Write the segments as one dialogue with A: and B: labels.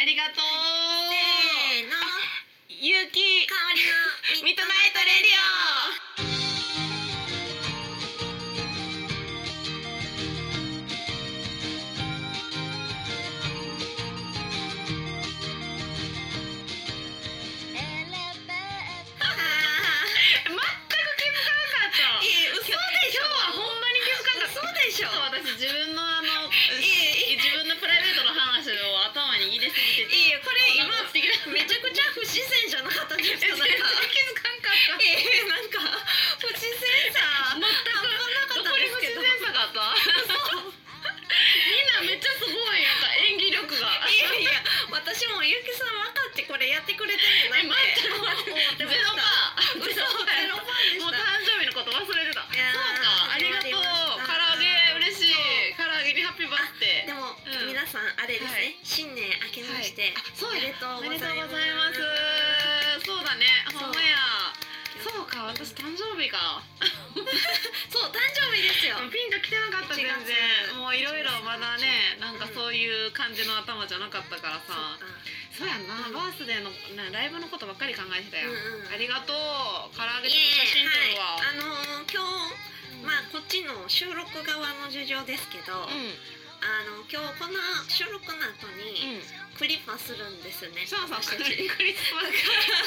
A: ありがとう
B: せーの
A: ゆうき
B: 香りの
A: ミッドナイトレディオ全く気づかなかった
B: え嘘で
A: 今
B: しょ
A: 日はほんまに気づかなかった
B: 嘘でしょ
A: 私自分のあの
B: え
A: 自分のプライベートの話を頭に入れすぎてて
B: いいこれ今
A: なんか素敵な
B: めちゃくちゃ不自然じゃなかったです
A: 全然
B: かなんか
A: 気づかんかった
B: えー、なんか不自然 さ
A: 全く
B: 半端なかったんですけど
A: どこに不自然さがあったみんなめっちゃすごいなんか演技力が
B: いやいや私もゆきさん分かってこれやってくれてるんじゃなって
A: え
B: 思って
A: ゼロ
B: ました
A: パー
B: 嘘ゼロパーで
A: もう誕
B: した
A: 生日のこと忘れてたそう
B: いや
A: かありがとう
B: わ
A: 唐
B: か
A: 揚
B: り
A: げ
B: ま
A: 嬉し
B: し
A: い唐揚げにハッピーバースデー
B: でも、
A: うん
B: 皆さんあれです
A: はい
B: ね、新年明けまして、
A: はいあそうや
B: お
A: お
B: め
A: め
B: で
A: で
B: と
A: と
B: う
A: う
B: ご
A: ご
B: ざ
A: ざ
B: い
A: い
B: ま
A: ますすそうだねほんまや
B: そう
A: そうか私誕生日か
B: そう誕生日ですよ
A: ピンと来てなかった全
B: 1月
A: 然もういろいろまだねなんか
B: うん
A: そういう感じの頭じゃなかったから
B: そう
A: さ
B: か
A: そうやんな
B: うん
A: バースデーのなライブのことばっかり考えてたよ
B: うんうん
A: ありがとう唐揚
B: い
A: げ
B: え
A: と写真撮るわ
B: はいあのー今日まあこっちの収録側の事情ですけど、
A: うんうん
B: あの今日この収録の後にクリパするんですね、
A: そうそう
B: 私
A: ク
B: たち
A: リクリスマス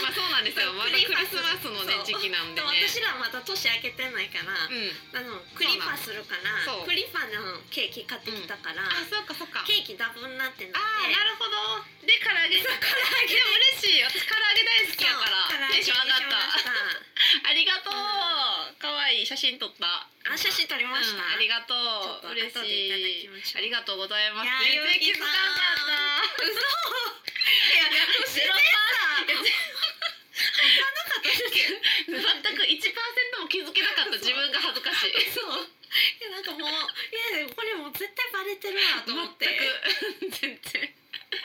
A: まあそうなんです よまだクリスマスのね
B: そう
A: 時期なん
B: で
A: で
B: も
A: ね
B: 私らまだ年明けてないから、
A: うん
B: あのクリパするから
A: そう
B: クリパのケーキ買ってきたから、
A: あそうかそうか
B: ケーキダブになってなって
A: ああなるほどで唐揚げ
B: そう唐揚げ
A: でも嬉しい私唐揚げ大好きやからテンション上がったありがとう可愛い写真撮った
B: あ写真撮りまし
A: う
B: た、
A: んありがと
B: ちょっと
A: う嬉
B: 後でいただき
A: しい
B: ましょう
A: ありがとうございます
B: いや
A: 全然気づかんかった
B: 嘘いや不 自然
A: ゼロ
B: さなかったですけど
A: 全く1%も気づけなかった自分が恥ずかしい
B: そういやなんかもういやこれもう絶対バレてるわと
A: 全
B: 思って
A: く全然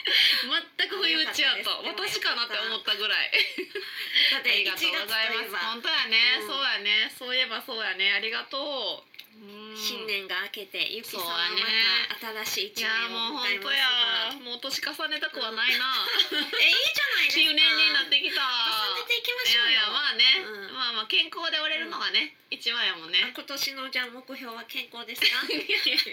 A: 全く不意打ちやと
B: よかったで
A: 私
B: す
A: かなって思ったぐらい
B: だっ
A: あ
B: て
A: り
B: 1
A: がと
B: 月という
A: ござい
B: え
A: ます
B: ば
A: 本当やね、
B: うん
A: そうやねそういえばそうやねありがとううん
B: 新年が明けてゆきさんは
A: そうや
B: また
A: い
B: 新しい一年
A: やもう
B: を迎え
A: 本当
B: ま
A: や
B: すが
A: もう年重ねたくはないな
B: えいいじゃないです
A: 中
B: か
A: 年になってきた
B: 重ねていき
A: い
B: ましょう
A: やいや
B: よ
A: まあね、まあま
B: うん
A: あ健康で折れるのがね、一番やもんね
B: あ今年のじゃあ目標は健康 ですか
A: いやいやい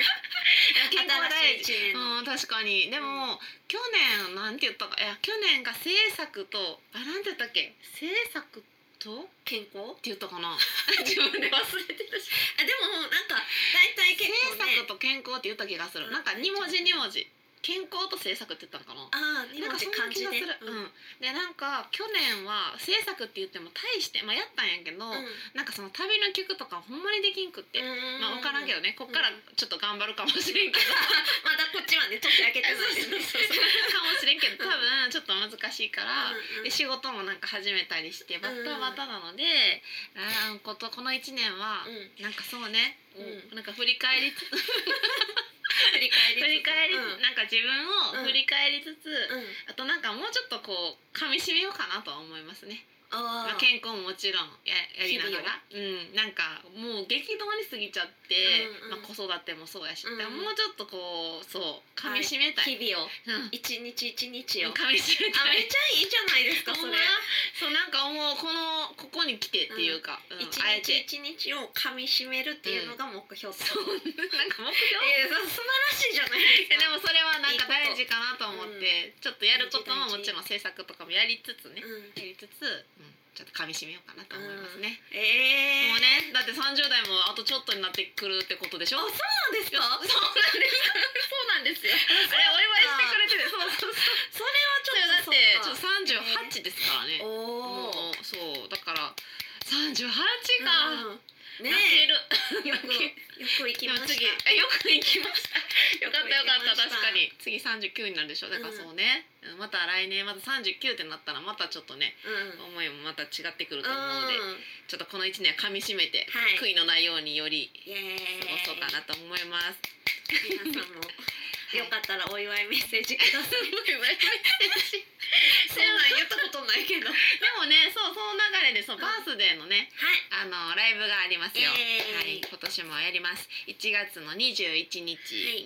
A: や健康大事
B: 新しい一年の、
A: うん確かにでも、去年なんて言ったかいや去年が制作とあなんて言ったっけ制作とっ
B: 健康
A: て言ったか な自分で忘れてたし
B: あでもなんか大体
A: 制
B: 結構ね
A: 作と健康って言った気がする、なんか二文字二文字健康と制作って言ったのかな
B: ああ今
A: なんか
B: って
A: そん
B: 感
A: な
B: じ
A: 気がす
B: で
A: る、うん、でなんか去年は制作って言っても大してまあやったんやけど、
B: うん
A: なんかその旅の曲とかほんまにできんくって、
B: うん
A: まあ分からんけどねこっからちょっと頑張るかもしれんけ ど、
B: まだこっちはね年明けてないです ね
A: かもしれんけど多分ちょっと難しいから、
B: うんうん
A: で仕事もなんか始めたりしてバッタバタなので、あーことこの1年は、
B: うん
A: なんかそうね、
B: う
A: なんか振り返りつつ
B: 振り返り
A: 振り返り、
B: うんうん
A: なんか自分を振り返りつつ、
B: あ
A: あとなんかもうちょっとこう噛み締めようかなとは思いますね。まあ、
B: あ
A: 健康ももちろんややりながら、うん、なんかもう激動に過ぎちゃって、
B: うん
A: まあ、
B: うん
A: 子育てもそうやし、
B: うん
A: でももうちょっとこうそう噛み締めたい、
B: 日々を
A: うん、
B: 一日一日を
A: 噛み締めた
B: あめ
A: い
B: っ。ちゃいいじゃないですか
A: ほん
B: それ
A: まそうなんかもうこのここに来てっていうか、うん
B: 一
A: あえ
B: 日
A: て
B: 一日を噛み締めるっていうのが目標ってこ
A: そう
B: と
A: なんか目標
B: えー素晴らしいじゃない
A: いやで
B: で
A: もそれはなんか大事かなと思ってちょっとやることも
B: 大事大事
A: もちろん制作とかもやりつつね
B: す、かうん
A: やりつつ、うん、ちょっと噛み締めようかなと思いますね、
B: えー
A: もうねだって30代もあとちょっとになってくるってことでし
B: あ
A: ょ
B: そうなんです
A: いや
B: か
A: そうなんですそうなんですよ あれお祝いしてくれてるそうそうそう
B: それはちょっと
A: だってちょっ
B: そ
A: と38ですからね、
B: うかおお
A: もうそうだから38か、
B: ね
A: 泣ける
B: えよくよく行き
A: で
B: ま
A: も
B: し
A: 次
B: た
A: えよく行きましたよかったよかった
B: よく行きました
A: 確かに次39になるでしょだからそうね、また来年また39ってなったらまたちょっとね
B: うん
A: 思いもまた違ってくると思うので、
B: うん
A: ちょっとこの1年は噛み締めて、
B: はい
A: 悔いのないようにより
B: イエー
A: 過ご
B: イ
A: そうかなと思います、
B: 皆さんも
A: い
B: よかったらお祝いメッセージください
A: で
B: そんなん言ったことないけど
A: もねそうその流れでそそうバースデーのねあ
B: はい
A: のライブがありますよ、
B: イエーイ
A: はい今年もやります1月の21日、
B: は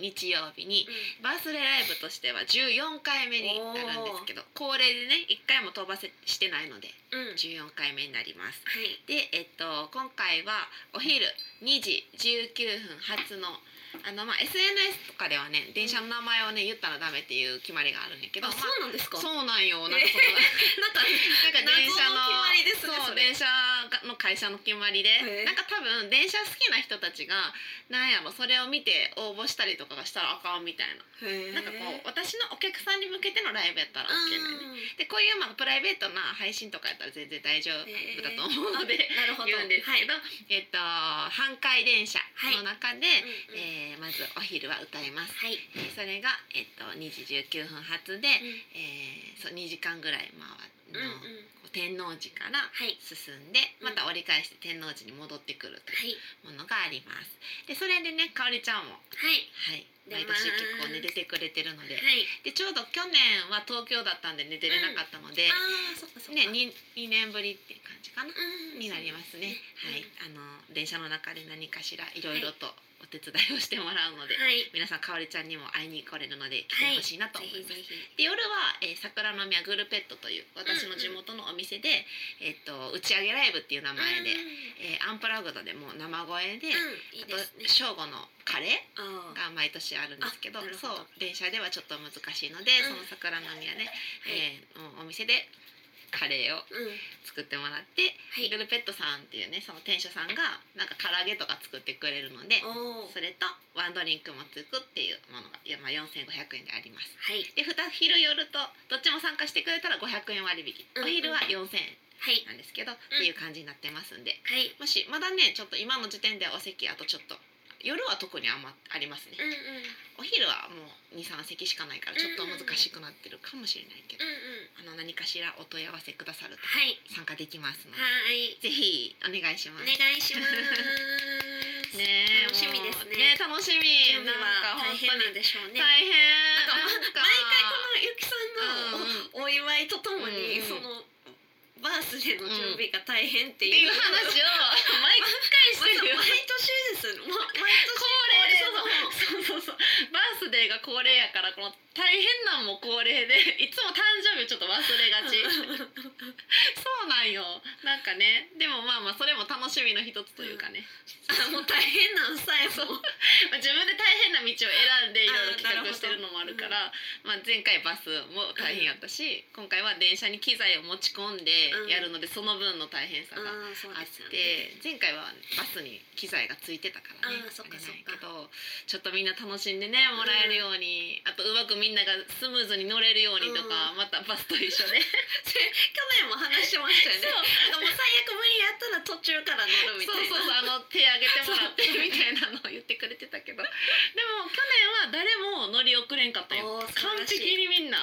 B: い
A: 日曜日に
B: う
A: バースデーライブとしては14回目になるんですけど恒例でね1回も飛ばせしてないので
B: んうんはい
A: 14回目になりますでえっと今回はお昼2時19分発のあのまあ SNS とかではね電車の名前をね言ったらダメっていう決まりがあるんだけど
B: あ
A: まあ
B: そうなんですか
A: そうなんよなんか
B: え
A: その
B: なん
A: なんか
B: か
A: 電車の
B: 謎の決まりですね
A: そう
B: それ
A: 電車の会社の決まりで、
B: へえ
A: なんか多分電車好きな人たちがなんやろそれを見て応募したりとかがしたらあかんみたいな、
B: へー
A: なんかこう私のお客さんに向けてのライブやったら OK なよね、
B: うん
A: でこういうまあプライベートな配信とかやったら全然大丈夫だと思うので、
B: なるほど
A: 言うんですけど、
B: はい
A: えっと半回電車の中で、
B: うんう
A: え
B: ん
A: ーまずお昼は歌います、
B: はい
A: えーそれが、えっと2時19分発で、えーそう2時間ぐらい回
B: うんう
A: るの、
B: ん
A: こう天王寺から
B: はい
A: 進んで
B: う
A: ま
B: ん
A: た折り返して天王寺に戻ってくるとい
B: はいう
A: ものがあります。でそれでねかおりちゃんも、は
B: はい
A: い、毎
B: 出ます
A: 年結構ね出てくれてるので
B: はい
A: でちょうど去年は東京だったんでね出れなかったので、
B: あーそっかそっか
A: ね、2, 2年ぶりっていう感じかな、
B: うん
A: になりますね。はい
B: うん
A: あの電車の中で何かしらいろいろとお手伝いをしてもらうので、
B: はい
A: 皆さんかおりちゃんにも会いに来れるので来てほしいなと
B: ぜ
A: 思い
B: ひ
A: ます
B: ぜ。
A: で
B: ひ
A: 夜は、えー桜の宮グルペットという私の地元のお店で、えっと打ち上げライブっていう名前で、えーアンプラグドでもう生声で、
B: うんうんいいですね
A: あと正午のカレー
B: あ
A: が
B: ー
A: 毎年あるんですけど
B: あなる
A: そ
B: ほ
A: う
B: ど
A: 電車ではちょっと難しいので、
B: う
A: そ
B: ん
A: の桜の宮ね、えー
B: はい
A: のお店でカレーを
B: うん
A: 作ってもらって、
B: はい
A: グルペットさんっていうねその店主さんがなんか唐揚げとか作ってくれるので
B: おー
A: それとワンドリンクもつくっていうものが、いやまあ、4500円であります。
B: はい
A: で二昼夜とどっちも参加してくれたら500円割引
B: うん
A: お昼は4000円
B: は
A: なん
B: い
A: ですけど、っていう感じになってますんで
B: はい
A: もしまだねちょっと今の時点ではお席あとちょっと夜は特にあんまあります
B: う
A: ね
B: ん
A: お
B: うん
A: 昼はもう23席しかないからちょっと難しくなってるかもしれないけど
B: うんう
A: あの
B: ん
A: 何かしらお問い合わせくださると
B: はい
A: 参加できますので
B: はい
A: ぜひお願いしま
B: お
A: す。
B: 願いします
A: ねえ
B: 楽しみですね
A: もう楽しみ
B: 準備
A: な
B: は
A: んか
B: 大
A: 本
B: 変
A: 当
B: なん
A: に
B: で
A: 大変
B: しょうねなんかま毎回このゆきさんのおお祝いとともに、
A: うん
B: そのバースデーの準備が大変って
A: ってい
B: いう,、
A: う話を毎回してるよ
B: 毎年ですもう毎
A: 恒例そうそうそうバースデーが恒例やからこの大変なんも恒例でいつも誕生日ちょっと忘れがち
B: 年恒例の
A: そうなんよなんかねでもまあまあそれも楽しみの一つというかね、
B: あもう大変なのさえ
A: そう
B: も
A: まあ自分で大変な道を選んでいろいろ企画してるのもあるからまあ、前回バスも大変やったし、今回は電車に機材を持ち込んでやるので、その分の大変さが
B: あーそう
A: あっ
B: ですよね
A: て前回はバスに機材がついてたからね
B: あーそっかそっか
A: あれなんやけどちょっとみんな楽しんでねもらえるように、あとうまくみんながスムーズに乗れるようにとか、またバスと一緒で
B: 去年も話してましたよねなんかもう最悪無理やったら途中から乗るみ
A: そ
B: た
A: う
B: い
A: そうそうあの
B: な
A: 手挙げてもらってみたいなのを言ってくれてたけどでも去年は誰も乗り遅れんかったよ
B: おー素
A: 完
B: 晴らし
A: 璧
B: い
A: にみんな。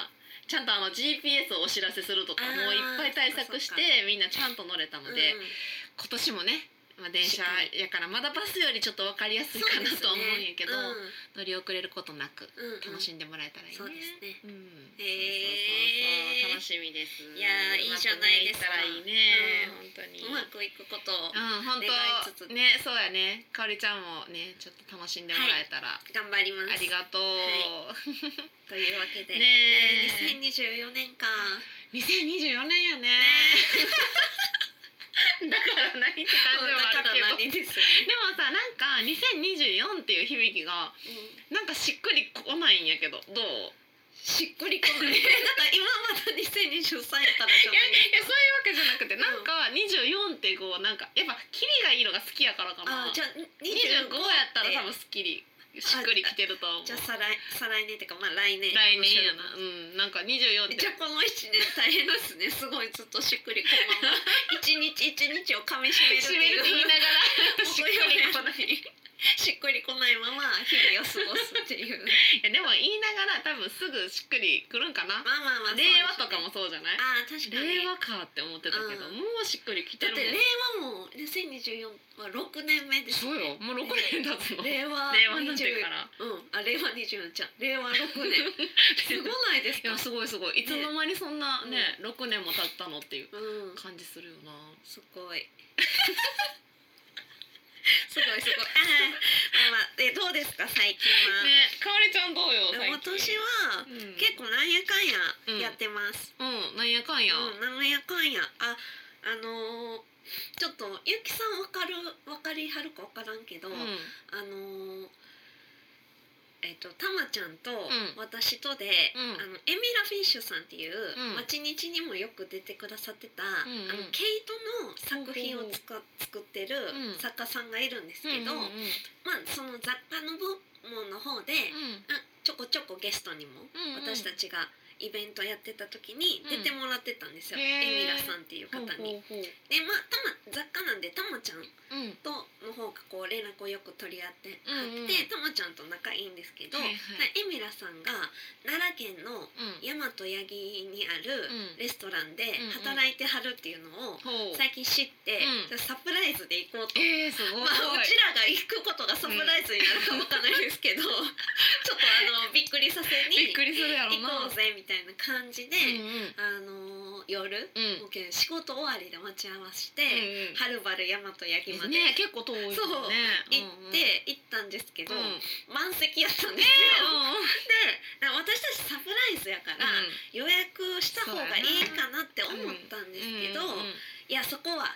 A: ちゃんとあの GPS をお知らせするとか
B: あー
A: もういっぱい対策し
B: そっか
A: てみんなちゃんと乗れたので、
B: うん
A: 今年もね、まあ、電車
B: し
A: や
B: っか
A: からまだバスよりちょっと分かりやすいかなとは思うんやけど、乗
B: そう
A: り遅れることなく
B: ですねう
A: 楽
B: んうんうん
A: しんでもらえたらいいね。
B: そうですね
A: うん。そ
B: へー
A: うそうそう楽しみです。
B: いやーいいじゃないですか
A: うまくね行ったらいいね、本当に。
B: うんうまくいくこと
A: う
B: を
A: ん本
B: 願いつ
A: 当
B: つ
A: ねそうやねかおりちゃんもねちょっと楽しんでもらえたら、
B: 頑張りま
A: あ
B: す
A: りがとう、
B: というわけで、
A: ねえ
B: えー2024年か
A: 2024年やねだから何って感じもあ
B: だ
A: る
B: か
A: け
B: ら
A: ど
B: 何ですよ
A: でもさなんか2024っていう響きがなんかしっくりこないんやけどどう
B: しっくりこないなんか今まだ2023やったらじ ゃ
A: いや
B: な
A: い
B: い
A: やそういうわけじゃなくてなんか24ってこうなんかやっぱキリがいいのが好きやから かな
B: あじゃあ
A: 25
B: 25
A: やったら多分すっきりしっくりきてると思う
B: じゃあ再来再来年っていうかまあ来年
A: 来年やなうんなんか24って
B: じゃあこの一年大変ですねすごいずっとしっくりこ のまま一日一日を噛みしめるって
A: 締めるって言
B: い
A: いうながらしっ
B: しっ
A: く
B: くり
A: り
B: こ
A: こな
B: な
A: いい
B: しっくりこないまま日々を過ごすっていう
A: いやでも言いながら多分すぐしっくりくるんかな、
B: まあまあまあそうで
A: 令
B: しょ
A: 和とかもそうじゃない
B: ああ確かに
A: 令和かって思ってたけど、
B: うん
A: もうしっくりきて
B: だっ
A: るも
B: て
A: ん
B: 令和も2024は六年目です
A: そうよもう6年経つの令
B: 令和
A: 和になってから
B: 20うんあ令和24じゃん令和六年すごないです
A: い
B: か
A: やすごいすごいいつの間にそんなね6年も経ったのっていう
B: うん
A: 感じするよな
B: すごい す ごいすごいあーまあまあえどうですか最近は、
A: ねかおりちゃんどうよ
B: で
A: 最
B: も
A: 近
B: 私は
A: うん
B: 結構なんやか
A: うん
B: んややってます、
A: うんなんやかんや、
B: うん、なんやかんやああのーちょっとゆきさんわかるわかりはるかわからんけど、
A: うん
B: あのーえっとたまちゃんと
A: ん
B: 私とで、
A: うん
B: あのエミラ・フィッシュさんっていう
A: うん
B: 「町日」にもよく出てくださってた、
A: んうん
B: あの毛糸の作品をつか作ってる
A: うん
B: 作家さんがいるんですけど、
A: うんうんうん
B: まあその雑貨の部門の方で、あちょこちょこゲストにも
A: うんうん
B: 私たちがイベントやってた時に
A: うん
B: 出てもらってたんですよ、
A: へー
B: エミラさんっていう方
A: うん
B: に。
A: ほうほうほう
B: でまあたま雑貨なんでたまちゃん
A: うん
B: との方がこう連絡をよく取り合ってあ
A: うんうん
B: って、たまちゃんと仲いいんですけど、
A: はいはい
B: でエミラさんが奈良県の
A: うん
B: 大和八木にあ
A: うん
B: るレストランで
A: うんうん
B: 働いてはるっていうのを
A: ほう
B: 最近知って、
A: うん
B: サプライズで行こうと
A: えー、すごい、
B: まあ、うちらが行くことがサプライズになるかわかんないですけど、 ちょっとあのびっくりさせ
A: び
B: に
A: っくりするやろ
B: 行
A: な
B: こうぜみたいな感じで、
A: うんうん
B: あの夜、
A: うん
B: もうけ仕事終わりで待ち合わせて、
A: うんうん
B: はるばる大和八木まで
A: ね結構遠いもんね
B: そう行
A: うんうん
B: って行ったんですけ
A: う
B: ど、
A: ん
B: 満席やったんですよ。で私たちサプライズやから、予約した方がいいかなって思ったんですけど、
A: うんうんうん
B: いやそこは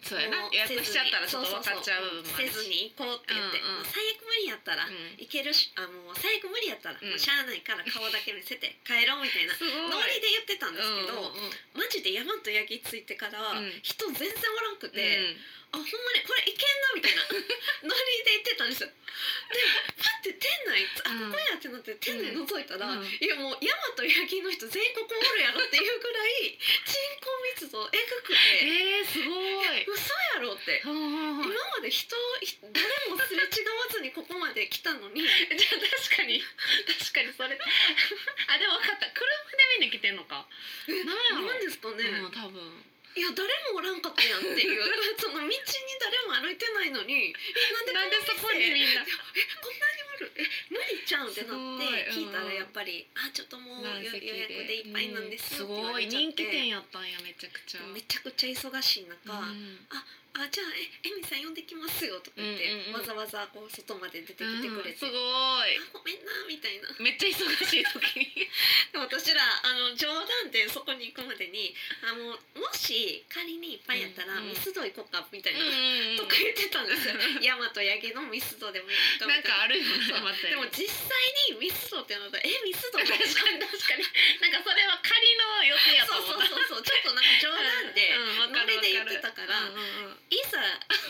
A: そうやな
B: もう
A: 予約しちゃったらちょっと分かっちゃう部分もあ
B: せ
A: るし
B: ずに行こうって言って、
A: うんうん
B: もう最悪無理やった
A: う
B: ら、
A: ん
B: いけるしあもう最悪無理やったら、
A: うん
B: もうしゃあないから顔だけ見せて帰ろうみたいな
A: すごい
B: ノリで言ってたんですけど、
A: うんうんうん
B: マジで大和八木着いてから、
A: うん
B: 人全然おらんくて、
A: うん
B: あほんまにこれいけんなみた いなノリで言ってたんですよ。でパッて店内あ
A: うん
B: ここやってなって店内覗いたら、
A: うん
B: いやもう大和八木の人全国おるやろっていうぐらい人口密度えぐくて。
A: えー、すごい
B: 嘘やろって
A: うんうんうん
B: 今まで人ひ誰もすれ違わずにここまで来たのに
A: じゃあ確かに確かにそれあでも分かった車で見に来てんのかなんやろ
B: 何ですかね、
A: うん多分
B: いや誰もおらんかったやんっていう その道に誰も歩いてないのにえ
A: な
B: なんん
A: で
B: で
A: そこにみんな
B: えこんなにおるえ無理ちゃうんってなって
A: すごい
B: 聞いたら
A: うん
B: やっぱり「あちょっともう予予約でいっぱいなんです
A: うんす
B: よ」って言わ
A: ごい
B: れちゃって
A: 人気店やったんやめちゃくちゃ
B: めちゃくちゃ忙しい中
A: う
B: 「
A: ん
B: あじゃあええみさん呼んできますよ」とか言って、
A: うんうんうん
B: わざわざこう外まで出てきてく
A: う
B: れ
A: ん
B: て「
A: すご
B: あごめんな」みたいない
A: めっちゃ忙しい時に
B: 私らあの冗談でそこに行くまでにあのもし仮にいっぱいやった
A: う
B: ら、
A: んうん
B: ミスド行こうかみたいな、
A: ん
B: とか言ってたん ですよ大和八木のミスドでも行こう
A: なん
B: み
A: か
B: たいな
A: あるよね
B: そう
A: また
B: でも実際にミスドってなったらえミスド
A: 確かに確かになんかそれは仮の予定やと
B: そ
A: 思
B: うそう
A: った
B: そうそうちょっとなんか冗談で、
A: うんうんわかる
B: ノリで言ってたから
A: わかるうんうんうん
B: いざ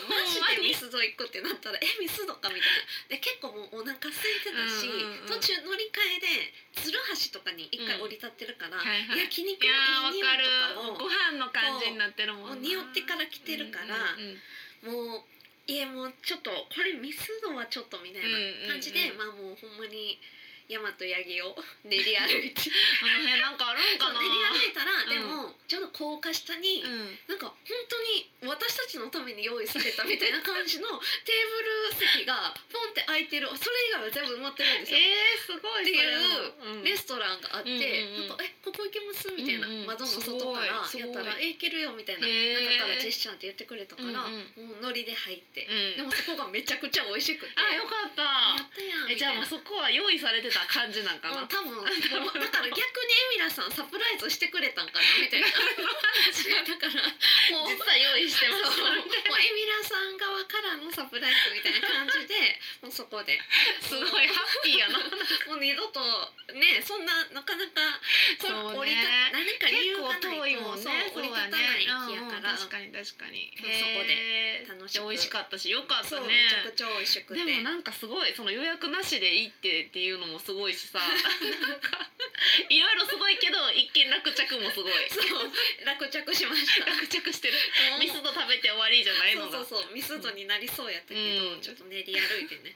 B: マジ
A: ほんま
B: で
A: に
B: ミスド行くってなったらえミスドかみたいなで結構もうお腹空いてたし、
A: うんうんうん
B: 途中乗り換えで鶴橋とかに一回降り立ってるから、
A: うんはいはい
B: 焼肉
A: いやーわ
B: のいい匂
A: かる
B: いとかを
A: ご飯の感じになってるもんな
B: もう匂ってから来てるから
A: うんうんうん
B: もういやもうちょっとこれミスドはちょっとみたいな感じで、
A: うん
B: まあもうほんまに大和八木を練り歩いて
A: あの辺なんかあるん
B: そ
A: か
B: う
A: な
B: 練り歩いたら、
A: うん
B: でもちょうど高架下に、
A: うん
B: なんか本当に私たちのために用意されたみたいな感じの テーブル席がポンって空いてるそれ以外は全部埋まってるんですよ。
A: えー、すごい
B: っていう
A: それはうん
B: レストランがあって、
A: うんうんうん
B: なんかえここ行けますみたいな、
A: うんうん
B: 窓の外から
A: すごい
B: やったら
A: すごい
B: え行けるよみたいな
A: へー
B: 中からジェスチャーって言ってくれたから、
A: うん
B: もうノリで入って、
A: うん
B: でもそこがめちゃくちゃ美味しくて
A: あよか
B: や
A: っ
B: ったや
A: た
B: ん
A: え
B: み
A: じゃ
B: た
A: あ
B: い
A: もう
B: な。
A: そこは用意されてた感じなんか
B: う
A: な、
B: ん多分だから逆にエミラさんサプライズしてくれたんかなみた いな話がだからもう
A: は用意して
B: そうもうエミラさん側からのサプライズみたいな感じで もうそこで
A: すごいハッピーやな
B: もう二度とねそんななかなか
A: そうね
B: 折りた何か理由が
A: 結構遠
B: ない
A: い
B: と
A: もんね
B: そう折りたたない気やから、
A: そうだねうんうん確かに確かに
B: そうそこで
A: へー
B: 楽しく
A: 美味しかったしよかっ
B: そ
A: た
B: うめちゃ
A: ね
B: くちゃ美味しくて
A: でもなんかすごいその予約なし でいいってっていうのもすごいしさなんかいろいろすごいけど一件落着着もすごい
B: そう落着しま した
A: 落着してるミスド食べて終わりじゃないのだ
B: そうそうそうミスドになりそうやったけど、
A: うん
B: ちょっと練り歩いてね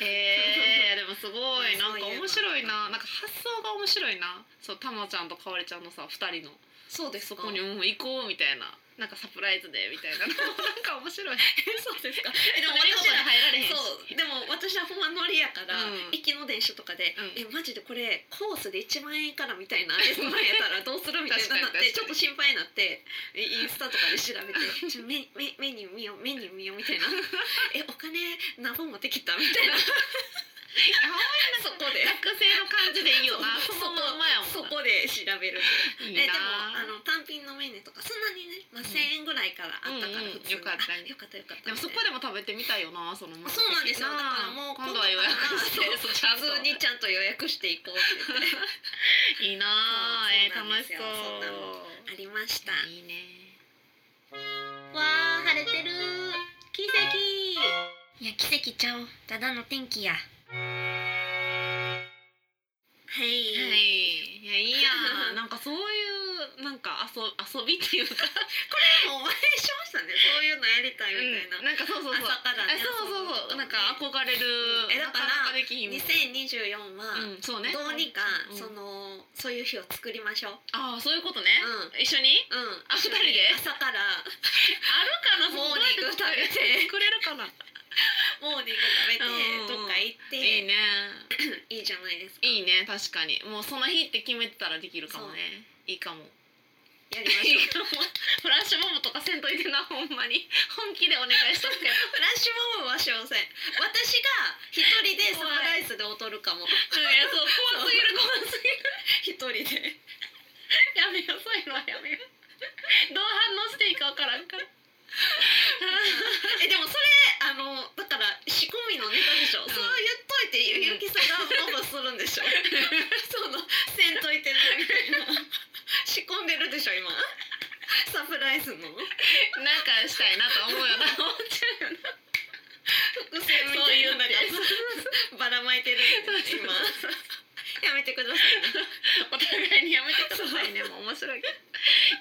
A: へえでもすごい
B: ま
A: な
B: あ
A: んか
B: そういえば
A: 面白いななんか発想が面白いなそうたまちゃんとかおりちゃんのさ二人の
B: そうで
A: そこに「うん行こう」みたいななんかサプライズでみたい ななんか面白い
B: そうですかえでも私ら
A: 入られ
B: そうでも私はほんまノリやから、
A: うん
B: 駅の電車とかで、
A: うん
B: えマジでこれコースで1万円からみ たいなレストランやったらどうするみたいななってちょ
A: 確かに確かに
B: っと心配になってえインスタとかで調べ てちょメメメニュー見ようメニュー見ようみたいなえお金何本持ってきたみ たいなそこで
A: 学生の感じでいいよな
B: そ
A: そうのまんまやもんな
B: そこで調べる
A: いい
B: えでも
A: な
B: あの単品のメニューとかそんなにね、まあ、1,000円ぐらいからあ
A: う
B: ったから
A: んうん
B: 普通に、
A: よかったね
B: あよかったよかった
A: でもそこでも食べてみたいよなそのまま
B: そうなんですよだからもう
A: 今度は予約して
B: 今
A: そうちゃん
B: 普
A: と
B: 通にちゃんと予約していこうって言って
A: いいなえー
B: そうそうなん
A: 楽
B: で
A: し
B: すよ
A: そう
B: そんなのあ りました
A: いいね
B: わー晴れてる奇跡
C: いや奇跡ちゃうただの天気や
B: は
A: は
B: い、
A: い、いやいい やんなんかそういうなんか遊遊びっていうか、
B: でもお前しましたねそういうのやりたいみたいな、
A: なんかそうそうそう
B: 朝から
A: あ
B: ね
A: そうそうそうなんか憧れる、
B: うんえだから
A: なかなかできひんもん
B: 2024は、
A: うん、そうね
B: どうにか、
A: うん
B: そのそういう日を作りましょう
A: ああそういうことね、
B: う
A: 一緒に
B: うん
A: あ
B: 一緒に
A: 二人で
B: 朝から
A: あるかな
B: モーニング食べ
A: て
B: て
A: くれるかな
B: モーニング食べて
A: うん
B: どっか行っ て
A: いいね
B: いいじゃないですか
A: いいね確かにもうその日って決めてたらできるかもねいいかも
B: やり
A: い
B: ましょう
A: いか もフラッシュモブとかせんといてな ほんまに本気でお願いしとくけど
B: フラッシュモブはしません私が一人でサプライズで踊る かも
A: うんいやそう怖すぎる怖すぎる
B: 一人で
A: やめようそういうのはやめようどう反応していいかわからんから
B: えでもそれあのだから仕込みのネタでしょ、
A: うん
B: そう言っといてゆゆきさんがモブするんでし ょそのせんといてなみたいな仕込んでるでしょ今サプライズの
A: なんかしたいなと思うよな 思っちゃうよな
B: 伏線みたいなのがばらまいてる今 やめてくださいね
A: お互いにやめてくださいねもう面白いけど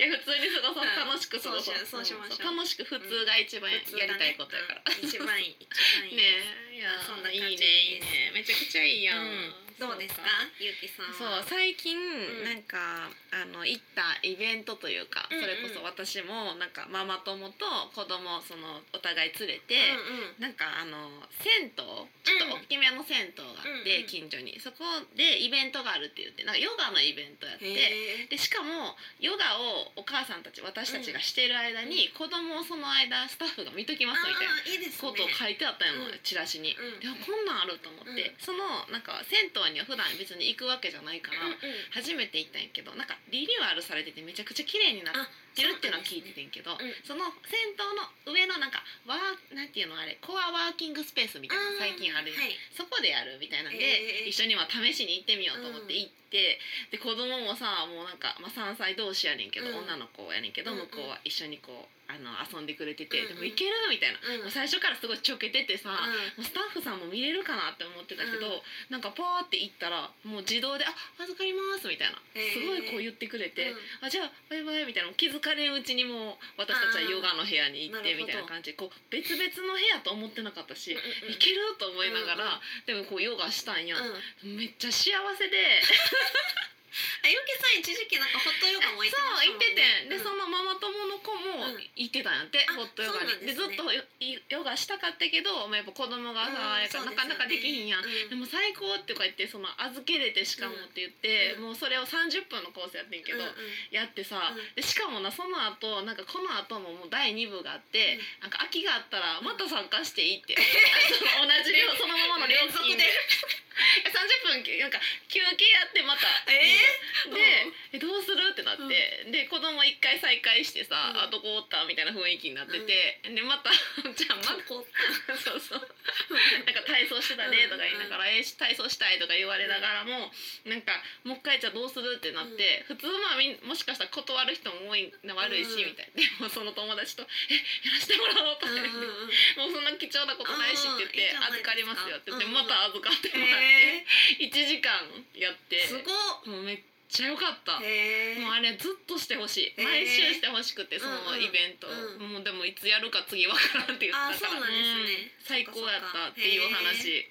A: いや普通に過ごそう
B: うん
A: 楽しく過ごそう,ん、
B: そうしようそうしましょう
A: 楽しく普通が一番や
B: 普通だね
A: りたいことやから、
B: うん一番いい一番いい
A: ねえいや
B: そ
A: そ
B: ん
A: ん
B: な
A: な
B: 感
A: い
B: じ
A: いねいい
B: です
A: ねめちゃくちゃいいやん、
B: うん、どうですかゆうきさん
A: そう
B: は
A: 最近、
B: ん
A: なんかあの行ったイベントというか、
B: うんうん
A: それこそ私もなんかママ友と子供をそのお互い連れて、
B: うんうん
A: なんかあの銭湯ちょっと大きめの銭湯があっ
B: うん
A: て、
B: うん
A: 近所にそこでイベントがあるって言ってなんかヨガのイベントやって
B: へえ
A: でしかもヨガをお母さんたち私たちがしてる間に、子供をその間スタッフが見ときますみたいな
B: あーいいですね
A: ことを書いてあったよ、
B: うん
A: チラシに。
B: うん
A: でもこんなんあると思って、
B: うん
A: そのなんか銭湯には普段別に行くわけじゃないから、
B: うんうん
A: 初めて行ったんやけどなんかリニューアルされててめちゃくちゃ綺麗になってるっていうのは聞いててんけど
B: う
A: そ,、
B: なんで
A: の
B: す
A: 先頭の上のなんかワーなんていうのあれコアワーキングスペースみたいなの最近あるやん
B: はい
A: そこでやるみたいなんで、
B: へえ
A: 一緒にまあ試しに行ってみようと思って行って、で子供もさもうなんか、まあ、3歳同士やねんけど、
B: うん
A: 女の子やねんけど
B: うんうん
A: 向こうは一緒にこうあの遊んでくれてて、
B: うんうん
A: でも行けるみたいな、
B: うん
A: もう最初からすごいちょけててさ、
B: う
A: もうスタッフさんも見れるかなって思ってたけど、
B: う
A: なんかパーって行ったらもう自動で「あ預かります」みたいな、
B: へー
A: すごいこう言ってくれて
B: うん
A: 「あじゃあバイバイ」みたいな気づかれんうちにもう私たちはヨガの部屋に行っ
B: あ
A: て
B: ー
A: みたいな感じでこう別々の部屋と思ってなかったし、
B: うんうん
A: いけると思いながら、でもこうヨガしたんや、
B: うん
A: めっちゃ幸せで。
B: あゆうきさん一時期なんかホットヨガも行って
A: そ
B: ま
A: う
B: した
A: 行
B: も
A: っ
B: んね
A: ててで、
B: うん
A: そのママ友の子も
B: うん
A: 行ってたんやって、
B: あ
A: ホットヨガ
B: そうなん
A: にで,、
B: です
A: ず
B: ね
A: っとヨヨガしたかったけどまあやっぱ子供がさ、
B: うん
A: やから
B: そう
A: な
B: ですよ
A: か
B: ね
A: なかできひんやん、
B: うん
A: でも最高ってか言ってその預けれてしかもって言って、
B: うん
A: もうそれを30分のコースやってんけど、
B: うんうん
A: やってさ、
B: うん
A: でしかもなその後なんかこの後ももう第2部があって、なんか空きがあったらまた参加していいって、その同じ量そのままの料金で
B: 連
A: 30分なんか休憩やってまた
B: えー
A: でえどうするってなって、で子供一回再会してさ、
B: うん
A: あどこおったみたいな雰囲気になってて、でまた じゃあまた
B: こう
A: そうそうなんか体操してたねとか言いながら、えー体操したいとか言われながらも、なんかもう一回じゃあどうするってなって、普通まあみんもしかしたら断る人も多い悪いし、
B: うん
A: みたいなでもその友達と「えやらせてもらおう」とか
B: うん
A: 言って、
B: うんうん
A: もうそんな貴重なことないしって言って
B: うんいいじゃないです
A: 預
B: か
A: かりますよ」って言って、
B: うん
A: また預かってもらって、
B: え
A: 1時間やって
B: ーすごっ
A: もうめっちゃ良かった
B: へえ
A: もうあれずっとしてほしい、
B: へー
A: 毎週してほしくてその
B: うんうん
A: イベント、
B: う
A: もうでもいつやるか次わからんって言って
B: あー
A: た
B: そう
A: から
B: なんですね
A: うん最高やったっていう
B: へ
A: 話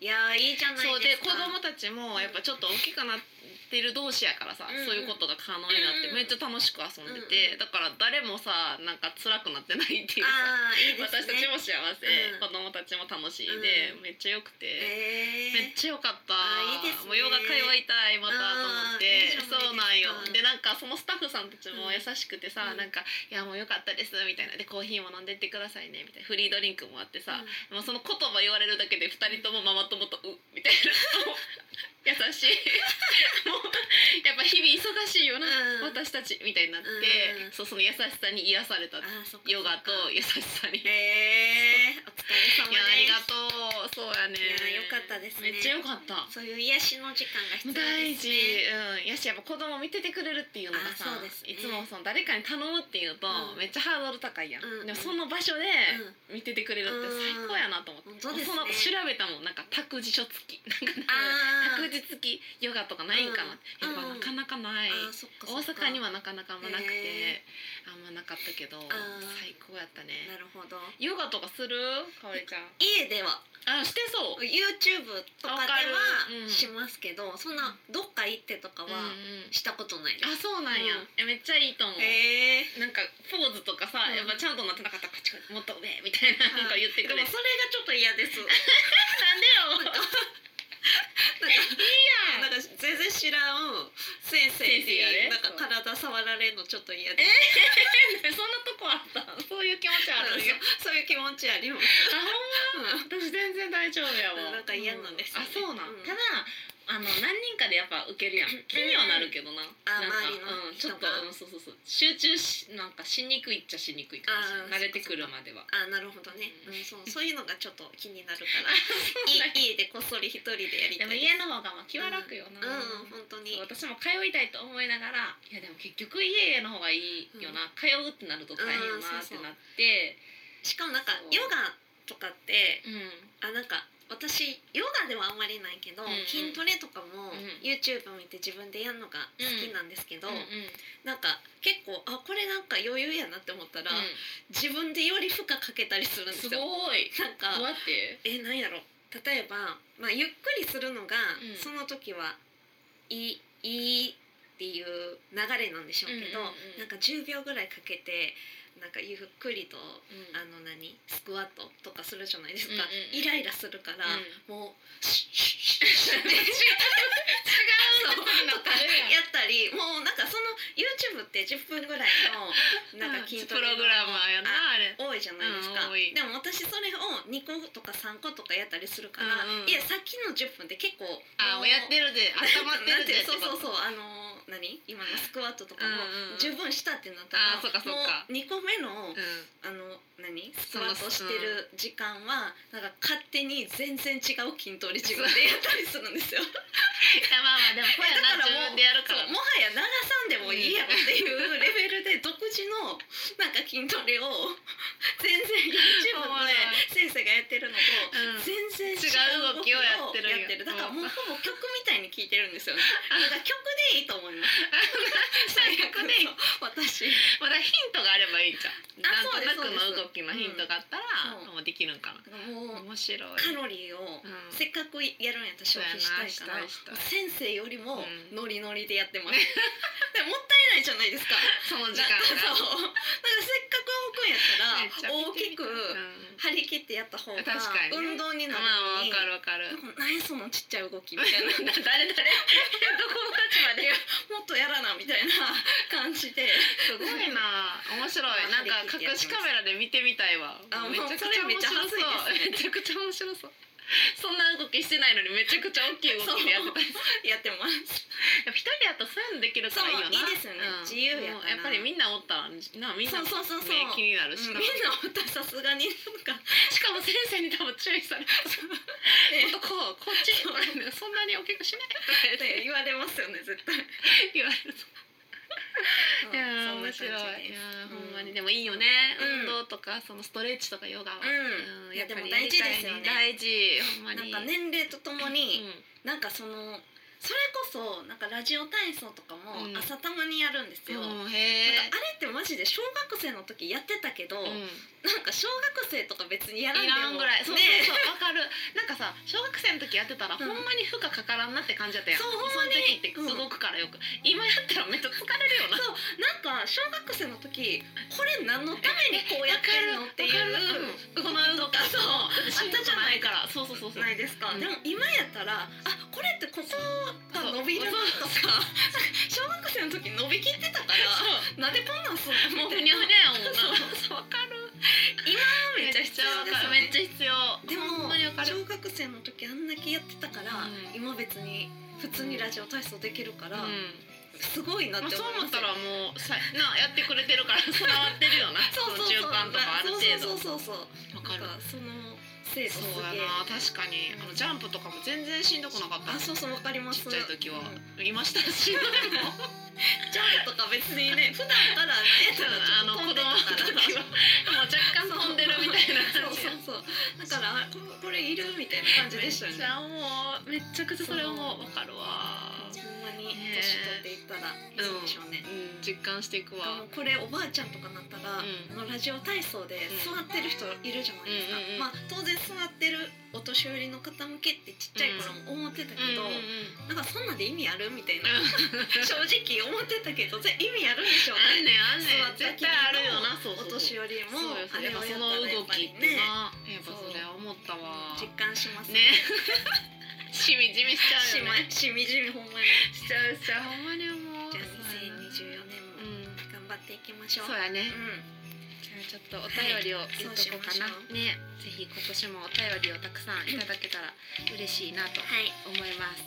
B: いやーいいじゃないですか
A: そうで子供たちもやっぱちょっと大きくなってる同士やからさ、
B: うんうん
A: そういうことが可能になって
B: うんうん
A: めっちゃ楽しく遊んで
B: うんう
A: て、
B: ん
A: だから誰もさなんか辛くなってないっていうさ、
B: ああいいですね
A: 私たちも幸せ、
B: うん
A: 子供たちも楽しいで、
B: うん
A: めっちゃ良くて。め
B: へ
A: っちゃ良かった。
B: あーいいですね
A: もうヨガ通いたいまたと思っ
B: あーいい
A: て
B: じゃないですか
A: そうなんよ。でなんかそのスタッフさんたちも優しくてさ、
B: うん
A: なんかいやもう良かったですみたいなでコーヒーも飲んでってくださいねみたいなフリードリンクもあって
B: ー
A: さ、もうその言葉言われるだけで二人ともママ友とうみたいなもう 優しい。もうやっぱ日々忙しいよな、
B: うん
A: 私たちみたいになって、
B: うん
A: そうその優しさに癒された
B: あ。ーそっか
A: ヨガと優しさに。
B: へえお疲
A: い
B: れ様
A: やあり
B: で
A: が
B: す
A: とうそうやね
B: いや良かったですね
A: めっちゃ良かった
B: そういう癒しの時間が必要です、
A: 大事、うん、
B: ね、
A: やしやっぱ子供見ててくれるっていうのがさ
B: あそうですね
A: いつもその誰かに頼むっていうと、
B: うん
A: めっちゃハードル高いやん、
B: うん
A: でもその場所で見ててくれるって最高やなと思って、
B: うんそうですね
A: もうその調べたもんなんか託児所付きなんか
B: あー
A: 託児付きヨガとかないんかなって、
B: うん
A: やっぱなかなかない、
B: あーそっかそ
A: 大阪
B: っか
A: にはなかなかあんまなくて
B: へ
A: あんまなかったけど
B: ー
A: 最高やったね
B: なるほど
A: ヨガとかするかおりちゃん
B: 家では
A: あしてそう
B: YouTube とかで
A: わかるう
B: は
A: ん
B: しますけど、そんなどっか行ってとかは
A: うんうん
B: したことないです
A: あそうなんや、
B: うん
A: えめっちゃいいと思う、
B: へえ
A: なんかポーズとかさ、
B: うん
A: やっぱちゃんとなってなかったらこっちこいもっと上みたいななんか言ってくれ
B: でもそれがちょっと嫌ですな
A: なんでよ
B: んか全然知らん先生
A: 先生や
B: に
A: ね
B: なんか体触られるのちょっと嫌です
A: そんなとこあったそういう気持ちあるんや
B: そうそういう気持ちあります、
A: あほんま
B: うん
A: 私全然大丈夫やわ
B: なんか嫌なんですよ
A: あそう
B: ね
A: なん、
B: うん
A: ただあの何人かでやっぱ受けるやん気にはなるけどな,、な
B: あ
A: んか
B: 周り
A: うん、ちょっと、うん、
B: の人が
A: そうそうそう集中しなんかしにくいっちゃしにくいかもしれな
B: あ
A: い慣れ
B: ー
A: てくるまでは
B: あなるほどね、うん、そうそういうのがちょっと気にな るからい家でこっそり一人でやり
A: で
B: た
A: も
B: い
A: 家の方がまあ気は楽よな、
B: うん本当
A: そ
B: に
A: う私も通いたいと思いながらいやでも結局家の方がいいよな、通うってなると大変よなってなって
B: しかもなんか
A: そう
B: ヨガとかって
A: うん、
B: あなんか私ヨガではあんまりないけ
A: う
B: ど、
A: んうん
B: 筋トレとか
A: う
B: も
A: ん
B: YouTube 見て自分でやるのが好きなんですけど、
A: うんうん
B: なんか結構あこれなんか余裕やなって思ったら、
A: う
B: 自分でより負荷かけたりするん
A: ん
B: ですす
A: ご
B: よ。
A: い
B: なん
A: どうや
B: か
A: って
B: えなんやろ例えば、まあ、ゆっくりするのが、
A: うん
B: その時はいいいいっていう流れなんでしょうけど、
A: うんうんうん
B: なんか10秒ぐらいかけてなんかゆっくりと
A: うん
B: あの何スクワットとかするじゃないですか、
A: うんうんうん
B: イライラするから、もうシュッシュッシュッシュッっ て
A: 違う ことになってるやん
B: やったりもうなんかその YouTube って10分ぐらいのなんか筋ト
A: プ
B: レ
A: ロ
B: の
A: グラマーやなあれ
B: 多いじゃないですか、
A: うん多い
B: でも私それを2個とか3個とかやったりするから、
A: うんうん
B: いやさっきの10分って結構
A: あ
B: もう
A: やってるで温まって
B: なん
A: るでって
B: そうそう
A: こと
B: そうあのー何今のスクワットとか
A: うんう
B: も
A: ん
B: 十分したってなったら、
A: あーそっかそっ
B: も
A: か
B: う2個目の、
A: うん
B: あの何スクワットしてる時間は、なんか勝手に全然違う筋トレ自分でやったりするんですよ。
A: いやまあまあでもこうやな
B: だから
A: 自
B: もう
A: 分でやるか
B: そ
A: ら
B: うもはや流さんでもいいやろっていうレベルで独自のなんか筋トレを全然 YouTube
A: お
B: の
A: もろい
B: 先生がやってるのと。
A: うん
B: 全然違
A: 違う動きをやってるんや
B: やってるだからもうほぼ曲みたいに聴いてるんで すよねだから曲でいいと思います
A: 最悪でいい
B: 私
A: まだヒントがあればいいんじゃんな
B: あ
A: ん
B: そう
A: と
B: です
A: なくの動きのヒントがあったら
B: うんそ
A: も
B: う
A: うできるんかな
B: もう
A: 面消
B: カ
A: 費
B: ロリーを
A: うん
B: せっかくやるんやったら消費したい
A: し
B: か
A: た
B: ら
A: いしたい
B: 先生よりも
A: うん
B: ノリノリでやってますでもったいないじゃないですか
A: その
B: な
A: 時間が
B: そうだからせっかく
A: めっ
B: 動くんやった
A: ちゃ
B: ら大
A: 見て
B: き
A: み
B: く
A: たい
B: 張り切ってやった方が
A: 確かにね
B: 運動に
A: うん
B: な
A: ま
B: る
A: あ
B: のに
A: わかるわかる
B: なんか何そのちっちゃい動きみたいな
A: 誰誰
B: どこの立場でもっとやらなみたいな感じです
A: ごいな面白いなんか隠しカメラで見てみたいわ
B: あ
A: めちゃくちゃ面白そう
B: もうそれ
A: めちゃくちゃ面白そうそんな動きしてないのにめちゃくちゃ大きい動きでやってた
B: やってます
A: やっぱ一人やったらそういうのできるからいいよな
B: そういいですよね
A: ん
B: 自由やから
A: もうやっぱりみんなおったらなみんな
B: そうそうそうそう
A: ね気にな
B: う
A: る
B: ん
A: し
B: みん
A: な
B: なまたさすがになんか
A: しかも先生に多分注意さ れる
B: え
A: とこうこっちそんなに大きく しないとか言
B: っ
A: って
B: て言われますよね絶対
A: 言われるといやー
B: うん
A: 面白いい
B: で
A: や
B: す
A: ーほんまに
B: う
A: でもいいよね
B: うん
A: 運動とかそのストレッチとかヨガは
B: うん
A: うん
B: いや
A: っぱり
B: でも大事ですよね
A: やりたい大事ほんま
B: なん
A: に
B: か年齢ととも
A: う
B: に
A: ん
B: なんかそのそれこそなんかラジオ体操とかも
A: うん
B: 朝たまにやるんですよ、なんか
A: うんへえ
B: あれってマジで小学生の時やってたけど、
A: うん
B: なんか小学生とか別にやらん
A: い
B: でも
A: らんぐらいそうそう
B: ね
A: そうわかるなんかさ小学生の時やってたら
B: ん
A: ほんまに負荷かからんなって感じだったやん
B: そうほんまに
A: その時ってすごくからよく今やったらめっちゃ疲れるよな
B: そうなんか小学生の時これ何のためにこうやってるのってい
A: こ
B: う
A: の動かそうあったじゃないからそうそうそうそう
B: ないですか、
A: うん
B: でも今やったらあこれってここが伸びるなとか小学生の時伸びきってた から
A: そ
B: なんでこんなんすん
A: うもう
B: のみた
A: ふ
B: い
A: にゃ
B: な
A: ふにゃやもん
B: そう
A: なそうわかる
B: 今めっちゃ必要ですよ
A: めっ
B: ね
A: ちゃ必要
B: で
A: ほん
B: も
A: まにわかる
B: 小学生の時あんだけやってたから、
A: うん
B: 今別に普通にラジオ体操できるか
A: う
B: ら、
A: ん
B: すごいなっ
A: まあ、
B: て
A: そう
B: 思い
A: 思っ
B: ます
A: たらもうさなやってくれて るから伝わってるよな
B: そうそうそう
A: 中間とかある程
B: そう
A: 度
B: そうそうそう
A: わ
B: な
A: か
B: ん
A: る
B: かその精度す
A: そう
B: げ
A: や
B: え
A: な確かにあのジャンプとかも全然しんどくなかった
B: あそうそうわかります
A: ちっちゃい時は
B: うん
A: いましたしんどいもん
B: ジャンプとか別 にね普段からね
A: あの子供の時はもう若干飛んでるみたいな
B: そう
A: 感じ
B: そうそうだからあここれいるみたいな感じでしたよ
A: めっち
B: ね
A: ゃもうめっちゃくちゃそれもうわかるわ
B: ほんまに
A: ねえ
B: 年取っていったらいいんでしょうね、
A: うん実感していく
B: あ
A: わ
B: のこれおばあちゃんとかなったら、
A: うん
B: あのラジオ体操で座ってる人いるじゃないですか、
A: うんうんうん
B: まあ、当然座ってるお年寄りの方向けってちっちゃい頃も思ってたけど、
A: うんうん
B: なんかそんなんで意味あるみたいな、
A: うん
B: 正直思ってたけどぜ意味あるんでしょう
A: あん
B: ね
A: ねんあんねん
B: 座った
A: 絶
B: き
A: 対
B: りの
A: あるよなそうそう
B: お
A: そう
B: 年寄りも
A: そうよ
B: あ
A: そう
B: れ
A: やっ
B: を
A: ぱ
B: や
A: そ
B: った
A: の
B: らや
A: 動
B: っぱ
A: き
B: り
A: って
B: ね
A: な、やっぱそれは思ったわ
B: 実感します
A: ね しみじみしちゃ
B: し
A: うよ
B: ま
A: ね
B: しみじみほんまに
A: しちゃうしちゃうほんまにもう
B: じゃあ2024年
A: う
B: も
A: ん
B: 頑張っていきましょう、
A: そうやね
B: う
A: じゃあちょっとお便りを言っとこうかな、
B: はいそうしましょ
A: ねぜひ今年もお便りをたくさんいただけたら嬉しいなと
B: んはい
A: 思います。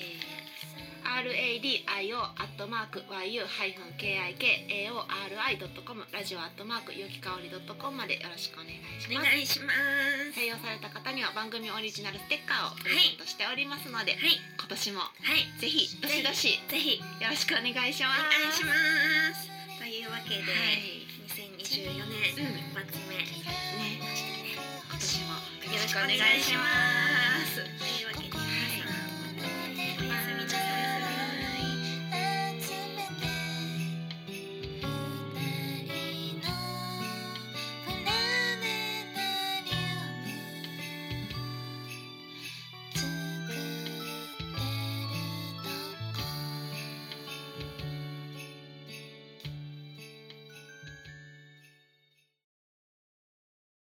A: えー RADIO アットマーク YU ハイフン KIKAORI ドットコムラジオアットマークゆきかおりドットコムまでよろしくお願いし
B: お
A: ます。
B: 願いします
A: 採用された方には番組オリジナルステッカーをプレゼントしておりますので、
B: はい
A: 今年も
B: はい
A: ぜひどしどし
B: ぜひ
A: よろしくお願いし
B: お
A: ま
B: 願い
A: す。
B: します。というわ
A: は
B: けで、
A: いう
B: 2024年
A: んね
B: 一発目、よ
A: 今年もよ
B: ろ
A: ろ
B: し
A: しく
B: くお
A: お
B: 願
A: 願
B: い
A: い
B: し
A: し
B: ま。
A: ます